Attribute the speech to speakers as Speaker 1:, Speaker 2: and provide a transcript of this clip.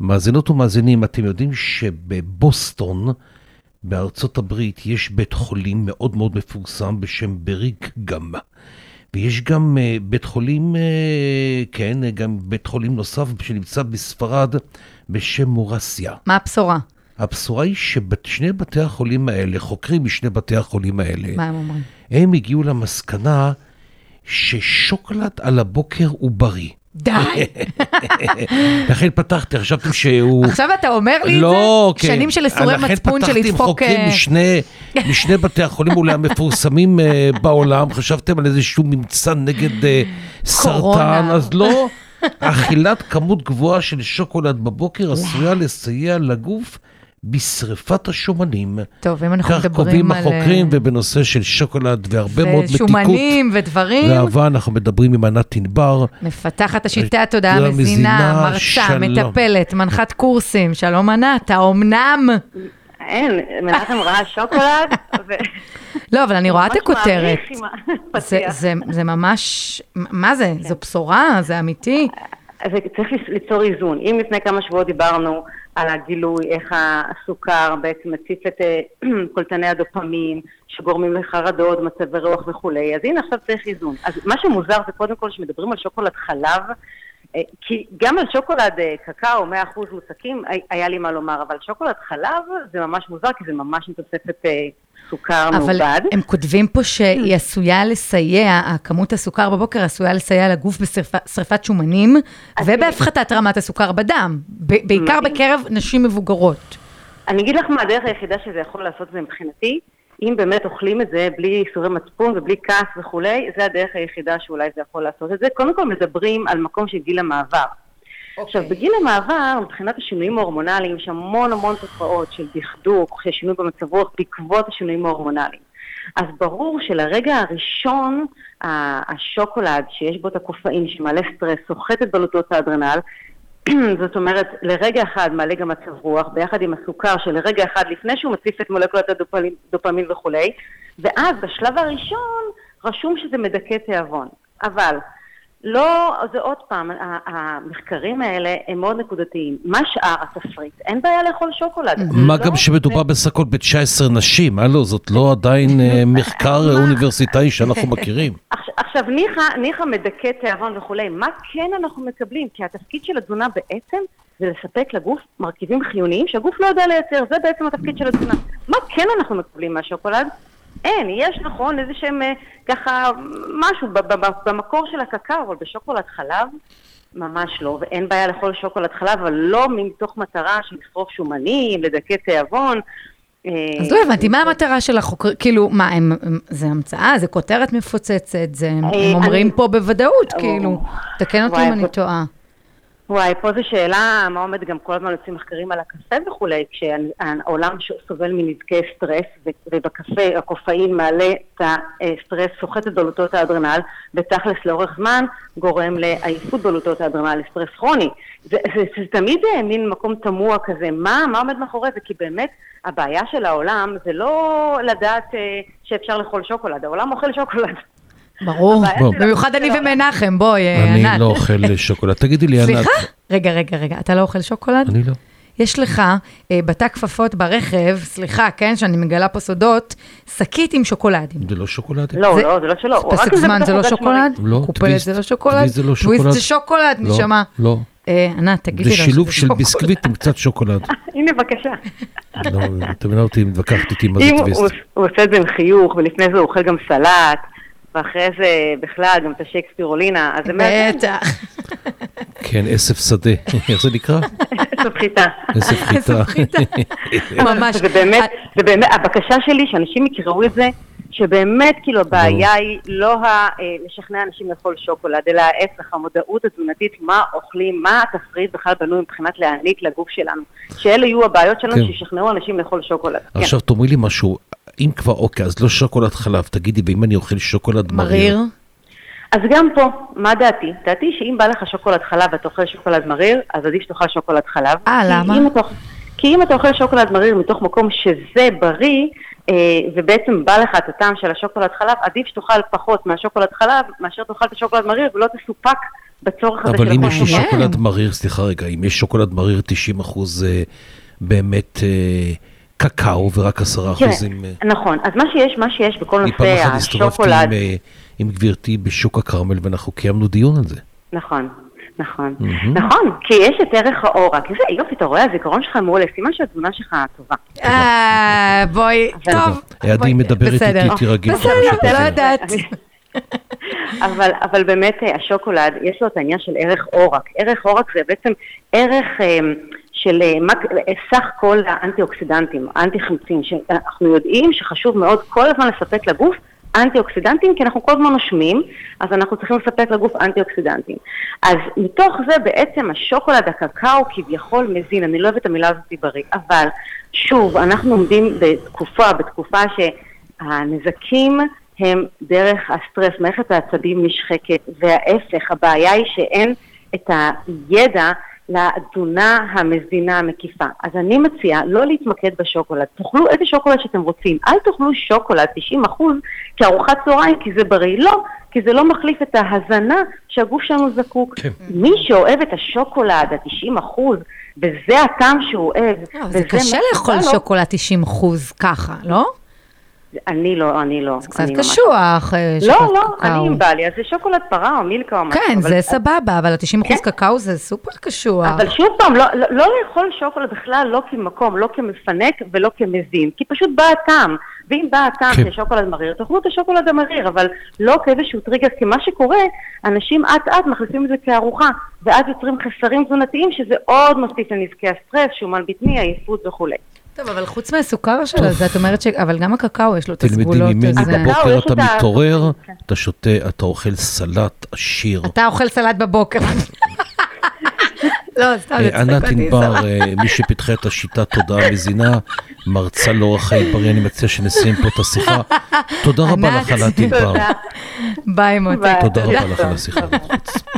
Speaker 1: מאזינות ומאזינים, אתם יודעים שבבוסטון, בארצות הברית, יש בית חולים מאוד מאוד מפורסם בשם בריק גם. ויש גם אה, בית חולים, אה, כן, אה, גם בית חולים נוסף שנמצא בספרד בשם מורסיה.
Speaker 2: מה הבשורה?
Speaker 1: הבשורה היא ששני בתי החולים האלה, חוקרים משני בתי החולים האלה,
Speaker 2: מה הם אומרים?
Speaker 1: הם הגיעו למסקנה ששוקולד על הבוקר הוא בריא.
Speaker 2: די!
Speaker 1: לכן פתחתי, חשבתי שהוא...
Speaker 2: עכשיו אתה אומר לי את זה?
Speaker 1: לא, כן.
Speaker 2: שנים של ייסורי מצפון של
Speaker 1: לכן פתחתי עם
Speaker 2: לדפוק...
Speaker 1: חוקרים
Speaker 2: אה,
Speaker 1: משני, משני בתי החולים אולי המפורסמים אה, בעולם, חשבתם על איזשהו ממצא נגד אה, סרטן,
Speaker 2: קורונה.
Speaker 1: אז לא. אכילת כמות גבוהה של שוקולד בבוקר עשויה לסייע לגוף בשריפת השומנים.
Speaker 2: טוב, אם אנחנו
Speaker 1: כך
Speaker 2: מדברים
Speaker 1: קובעים
Speaker 2: על... אה,
Speaker 1: החוקרים, ובנושא של שוקולד והרבה מאוד מתיקות
Speaker 2: ושומנים ודברים,
Speaker 1: ואהבה, אנחנו מדברים עם ענת ענבר.
Speaker 2: מפתחת השיטה, תודעה
Speaker 1: תודעה מזינה,
Speaker 2: מזינה, מרצה,
Speaker 1: שלום.
Speaker 2: מטפלת, מנחת קורסים, שלום ענת, האומנם?
Speaker 3: אין, מנחם ראה שוקולד, ו...
Speaker 2: לא, אבל אני רואה את
Speaker 3: ממש
Speaker 2: הכותרת.
Speaker 3: מעריך עם
Speaker 2: זה,
Speaker 3: הפתיח.
Speaker 2: זה, זה ממש, מה זה? זו בשורה? זה אמיתי?
Speaker 3: אז צריך ליצור איזון. אם לפני כמה שבועות דיברנו על הגילוי, איך הסוכר בעצם מציף את אה, קולטני הדופמין, שגורמים לחרדות, מצבי רוח וכולי, אז הנה עכשיו צריך איזון. אז מה שמוזר זה קודם כל שמדברים על שוקולד חלב, אה, כי גם על שוקולד אה, קקאו 100% מוצקים הי- היה לי מה לומר, אבל שוקולד חלב זה ממש מוזר, כי זה ממש עם תוספת אה, סוכר
Speaker 2: אבל
Speaker 3: מעובד.
Speaker 2: הם כותבים פה שהיא עשויה לסייע, הכמות הסוכר בבוקר עשויה לסייע לגוף בשרפת שומנים
Speaker 3: אז
Speaker 2: ובהפחתת רמת הסוכר בדם, ב- בעיקר
Speaker 3: מדהים.
Speaker 2: בקרב נשים מבוגרות.
Speaker 3: אני אגיד לך מה הדרך היחידה שזה יכול לעשות זה מבחינתי, אם באמת אוכלים את זה בלי ייסורי מצפון ובלי כעס וכולי, זה הדרך היחידה שאולי זה יכול לעשות את זה. קודם כל מדברים על מקום של גיל המעבר. Okay. עכשיו, בגיל המעבר, מבחינת השינויים ההורמונליים, יש המון המון תופעות של דכדוך, של שינוי במצב רוח בעקבות השינויים ההורמונליים. אז ברור שלרגע הראשון, ה- השוקולד שיש בו את הקופאין, שמעלה סטרס, סוחט את בלוטות האדרנל, זאת אומרת, לרגע אחד מעלה גם מצב רוח, ביחד עם הסוכר שלרגע אחד לפני שהוא מציף את מולקולת הדופמין דופמין וכולי, ואז בשלב הראשון רשום שזה מדכא תיאבון. אבל לא, זה עוד פעם, ה- המחקרים האלה הם מאוד נקודתיים. מה שאר התפריט? אין בעיה לאכול שוקולד.
Speaker 1: מה
Speaker 3: לא-
Speaker 1: גם שמדובר בסך הכל ב-19 נשים, הלו, זאת לא עדיין אה, מחקר אוניברסיטאי שאנחנו מכירים.
Speaker 3: עכשיו- עכשיו, ניחא, ניחא מדכא תיאבון וכולי, מה כן אנחנו מקבלים? כי התפקיד של התזונה בעצם זה לספק לגוף מרכיבים חיוניים שהגוף לא יודע לייצר, זה בעצם התפקיד של התזונה. מה כן אנחנו מקבלים מהשוקולד? אין, יש נכון איזה שהם אה, ככה משהו ב- ב- ב- במקור של הקקאו, אבל בשוקולד חלב ממש לא, ואין בעיה לאכול שוקולד חלב, אבל לא מתוך מטרה של לשרוף שומנים, לדכא תיאבון. אה,
Speaker 2: אז לא הבנתי, מה המטרה של החוקרים? כאילו, מה, הם, הם- זה המצאה? זה כותרת מפוצצת? זה, הם
Speaker 3: אה,
Speaker 2: הם אומרים
Speaker 3: אני-
Speaker 2: פה בוודאות,
Speaker 3: או.
Speaker 2: כאילו. תקן אותי
Speaker 3: וואי,
Speaker 2: אם אני
Speaker 3: זאת-
Speaker 2: טועה.
Speaker 3: וואי, פה זו שאלה, מה עומד גם כל הזמן יוצאים מחקרים על הקפה וכולי, כשהעולם ש- סובל מנזקי סטרס, ו- ובקפה הקופאין מעלה את הסטרס, סוחט את בלוטות האדרנל, ותכלס לאורך זמן גורם לעייפות בלוטות האדרנל, לסטרס כרוני. זה, זה, זה תמיד אה, מין מקום תמוה כזה, מה, מה עומד מאחורי זה? כי באמת, הבעיה של העולם זה לא לדעת אה, שאפשר לאכול שוקולד, העולם אוכל שוקולד.
Speaker 2: ברור.
Speaker 3: הבעיה
Speaker 1: בוא.
Speaker 3: של-
Speaker 2: במיוחד אני
Speaker 3: של העולם.
Speaker 2: ומנחם, בואי, אה,
Speaker 1: אני
Speaker 2: ענת.
Speaker 1: לא אוכל שוקולד. תגידי לי, ענת.
Speaker 2: סליחה? רגע, רגע, רגע, אתה לא אוכל שוקולד?
Speaker 1: אני לא.
Speaker 2: יש לך אה, בתא כפפות ברכב, סליחה, כן, שאני מגלה פה סודות, שקית עם שוקולדים.
Speaker 1: זה לא שוקולד?
Speaker 3: לא,
Speaker 2: זה-
Speaker 3: לא, זה לא שלו. הוא רק
Speaker 2: פסק
Speaker 3: כזה
Speaker 2: זמן זה לא
Speaker 3: בתוך עוגת שמרים.
Speaker 2: שוקולד?
Speaker 1: לא,
Speaker 2: קופלת
Speaker 1: טוויסט.
Speaker 2: זה לא שוקולד?
Speaker 1: טוויסט זה לא שוקולד.
Speaker 2: טוויסט זה שוקולד,
Speaker 1: לא,
Speaker 2: נשמה.
Speaker 1: לא.
Speaker 2: אה, ענת, תגידי
Speaker 1: זה
Speaker 2: לו
Speaker 1: שילוב
Speaker 2: שזה
Speaker 1: של
Speaker 2: שוקולד.
Speaker 1: ביסקוויט עם קצת שוקולד.
Speaker 3: הנה, בבקה.
Speaker 1: לא, אתה מבינה אותי, מתווכחת איתי מה זה
Speaker 3: אם הוא,
Speaker 1: טוויסט.
Speaker 3: הוא עושה את זה עם חיוך, ולפני זה הוא אוכל גם סלט, ואחרי זה בכלל גם את השייקספירולינה, אז זה מעט,
Speaker 2: בטח,
Speaker 1: כן, עשף שדה. איך זה נקרא?
Speaker 3: זאת חיטה.
Speaker 1: עשף חיטה.
Speaker 2: ממש.
Speaker 3: זה באמת, זה באמת, הבקשה שלי שאנשים יקראו את זה, שבאמת כאילו הבעיה היא לא ה, אה, לשכנע אנשים לאכול שוקולד, אלא ההפך, המודעות התזונתית, מה אוכלים, מה התפריט בכלל בנוי מבחינת להעניק לגוף שלנו. שאלה יהיו הבעיות
Speaker 1: כן.
Speaker 3: שלנו, שישכנעו אנשים לאכול שוקולד. כן.
Speaker 1: עכשיו תאמרי לי משהו, אם כבר, אוקיי, אז לא שוקולד חלב, תגידי, ואם אני אוכל שוקולד מריר?
Speaker 2: מריר.
Speaker 3: אז גם פה, מה דעתי? דעתי שאם בא לך שוקולד חלב ואתה אוכל שוקולד מריר, אז עדיף שתאכל שוקולד חלב.
Speaker 2: אה,
Speaker 3: כי
Speaker 2: למה?
Speaker 3: אם אתה אוכ- כי אם אתה אוכל שוקולד מריר מתוך מקום שזה בריא, אה, ובעצם בא לך את הטעם של השוקולד חלב, עדיף שתאכל פחות מהשוקולד חלב מאשר תאכל את השוקולד מריר ולא תסופק בצורך הזה של
Speaker 1: אבל אם יש לו
Speaker 2: מעניין.
Speaker 1: שוקולד מריר, סליחה רגע, אם יש שוקולד מריר 90 אחוז אה, באמת אה, קקאו ורק 10 אחוזים...
Speaker 3: כן, נכון. אז מה שיש, מה שיש בכל
Speaker 1: אה, אני פעם
Speaker 3: נושא
Speaker 1: אחת הסתובבתי
Speaker 3: השוקולד,
Speaker 1: עם, אה, עם גברתי בשוק הכרמל ואנחנו קיימנו דיון על זה.
Speaker 3: נכון. נכון,
Speaker 1: מהמם.
Speaker 3: נכון, כי יש את ערך האור, רק איזה יופי, אתה רואה, הזיכרון שלך מעולה, סימן שהתזונה שלך טובה.
Speaker 2: אה, בואי,
Speaker 3: אבל-
Speaker 2: טוב.
Speaker 1: אה, עדי
Speaker 2: בואי,
Speaker 1: מדברת
Speaker 2: בסדר.
Speaker 1: איתי, תירגעי,
Speaker 2: בסדר,
Speaker 1: בבקשה,
Speaker 2: אתה לא
Speaker 1: תירגעי.
Speaker 2: יודעת.
Speaker 3: אבל, אבל באמת אה, השוקולד, יש לו את העניין של ערך עורק. ערך עורק זה בעצם ערך אה, של אה, מק- אה, סך כל האנטי-אוקסידנטים, האנטי-חמצים, שאנחנו יודעים שחשוב מאוד כל הזמן לספק לגוף אנטי-אוקסידנטים, כי אנחנו כל הזמן נושמים, אז אנחנו צריכים לספק לגוף אנטי-אוקסידנטים. אז מתוך זה בעצם השוקולד, הקקאו כביכול מזין, אני לא אוהבת את המילה הזאת בריא, אבל שוב, אנחנו עומדים בתקופה, בתקופה ש... הנזקים הם דרך הסטרס, מערכת העצבים נשחקת, וההפך, הבעיה היא שאין את הידע לתזונה המזינה המקיפה. אז אני מציעה לא להתמקד בשוקולד, תאכלו איזה שוקולד שאתם רוצים, אל תאכלו שוקולד 90% כארוחת צהריים כי זה בריא, לא, כי זה לא מחליף את ההזנה שהגוף שלנו זקוק.
Speaker 1: כן.
Speaker 3: מי שאוהב את השוקולד, ה-90%, וזה הטעם שהוא אוהב,
Speaker 2: לא,
Speaker 3: וזה
Speaker 2: זה
Speaker 3: מה לא.
Speaker 2: קשה
Speaker 3: שבא
Speaker 2: לאכול
Speaker 3: לו,
Speaker 2: שוקולד 90 אחוז ככה, לא?
Speaker 3: אני לא, אני לא.
Speaker 2: זה קצת
Speaker 3: אני ממש
Speaker 2: קשוח, אה,
Speaker 3: לא,
Speaker 2: שוקולד
Speaker 3: לא,
Speaker 2: קקאו.
Speaker 3: אני אם בא לי, אז זה שוקולד פרה או מילקה או משהו.
Speaker 2: כן,
Speaker 3: אבל-
Speaker 2: זה סבבה, אבל ה-90 אחוז
Speaker 3: כן.
Speaker 2: קקאו זה סופר קשוח.
Speaker 3: אבל שוב פעם, לא- לא לא לאכול שוקולד בכלל לא כמקום, לא כמפנק ולא כמזין, כי פשוט בא הטעם. ואם בא הטעם
Speaker 1: כן.
Speaker 3: של שוקולד מריר, תאכלו את השוקולד המריר, אבל לא כאיזשהו טריגר, כי מה שקורה, אנשים אט אט מחליפים את זה כארוחה, ואז יוצרים חסרים תזונתיים, שזה עוד מוסיף לנזקי הסטרס, שומן בטני, עייפות וכולי.
Speaker 2: טוב, אבל חוץ מהסוכר שלה, אז את אומרת ש... אבל גם הקקאו יש לו את
Speaker 1: תלמדי
Speaker 2: הסגולות.
Speaker 1: ממני,
Speaker 2: אז, אה,
Speaker 3: הקקאו,
Speaker 1: בבוקר
Speaker 3: לא, יש
Speaker 1: אתה
Speaker 3: את ה-
Speaker 1: מתעורר,
Speaker 3: כן.
Speaker 1: אתה שותה, אתה אוכל סלט עשיר.
Speaker 2: אתה אוכל סלט בבוקר. לא, סתם, זה
Speaker 1: אה, ענת
Speaker 2: צחק אותי,
Speaker 1: ענבר,
Speaker 2: סבבה.
Speaker 1: אה, מי שפיתחה את השיטה תודעה מזינה, מרצה לאורח חיים בריא, אני מציע שנסיים פה את השיחה. תודה רבה
Speaker 2: ענת,
Speaker 1: לך, ענת ענבר.
Speaker 3: תודה.
Speaker 2: ביי מוטי.
Speaker 3: ביי.
Speaker 1: תודה רבה
Speaker 3: תודה.
Speaker 1: לך על השיחה. הזאת.